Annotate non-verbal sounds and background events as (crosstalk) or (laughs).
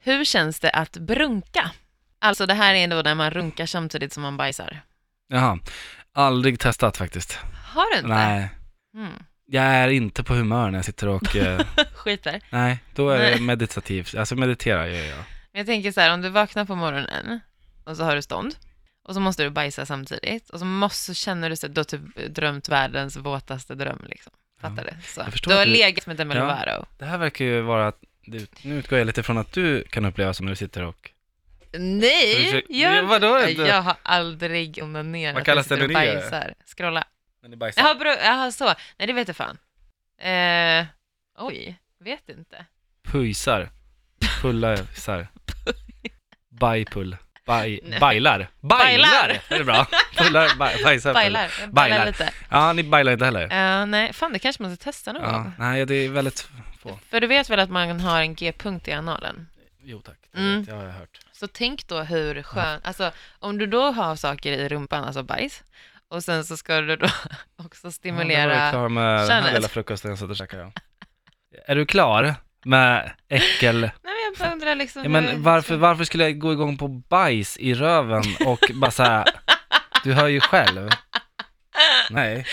Hur känns det att brunka? Alltså det här är då när man runkar samtidigt som man bajsar. Jaha. Aldrig testat faktiskt. Har du inte? Nej. Mm. (laughs) Jag är inte på humör när jag sitter och... Eh, Skiter. nej, då är det Nej. meditativt. Alltså mediterar gör jag. Men jag tänker så här, om du vaknar på morgonen och så har du stånd och så måste du bajsa samtidigt och så måste, så känner du så att du har typ drömt världens våtaste dröm liksom. Fattar du? Så. jag förstår Du har att du- legat med Demi Ja. Lovato. Det här verkar ju vara att... Du, nu utgår jag lite från att du kan uppleva som när du sitter och... Nej, Ursäkta- gör Jo, vadå inte. inte? Jag har aldrig onanerat. Vad kallas Jag sitter det och när du gör det? bajsar. Scrolla. När ni bajsar. Jaha, bro, jaha, så. Nej, det vet jag fan. Eh, oj, vet inte. Pujsar. (laughs) Pullar. Bajpull. Baj, Nej. bajlar. Bajlar. Bajlar! Det är bra. Pullar, baj, bajsar, pullar. Bailar. Jag Bailar Bailar. lite. Ja, ni bailar inte heller. Eh, nej, fan det kanske man ska testa någon Ja, gång. nej, det är väldigt få. För du vet väl att man har en g-punkt i analen? Jo tack, det, Mm. vet jag, har jag hört. Så tänk då hur skön, alltså om du då har saker i rumpan, alltså bajs, och sen så ska du då (laughs) också Ja, då var jag stimulera. klar med den här könet. lilla frukosten jag satt och käkade. ja. Är du klar med äckel? Nej men jag bara undrar liksom. Ja, hur- men varför, varför skulle jag gå igång på bajs (laughs) i röven och bara såhär, du hör ju själv. Nej,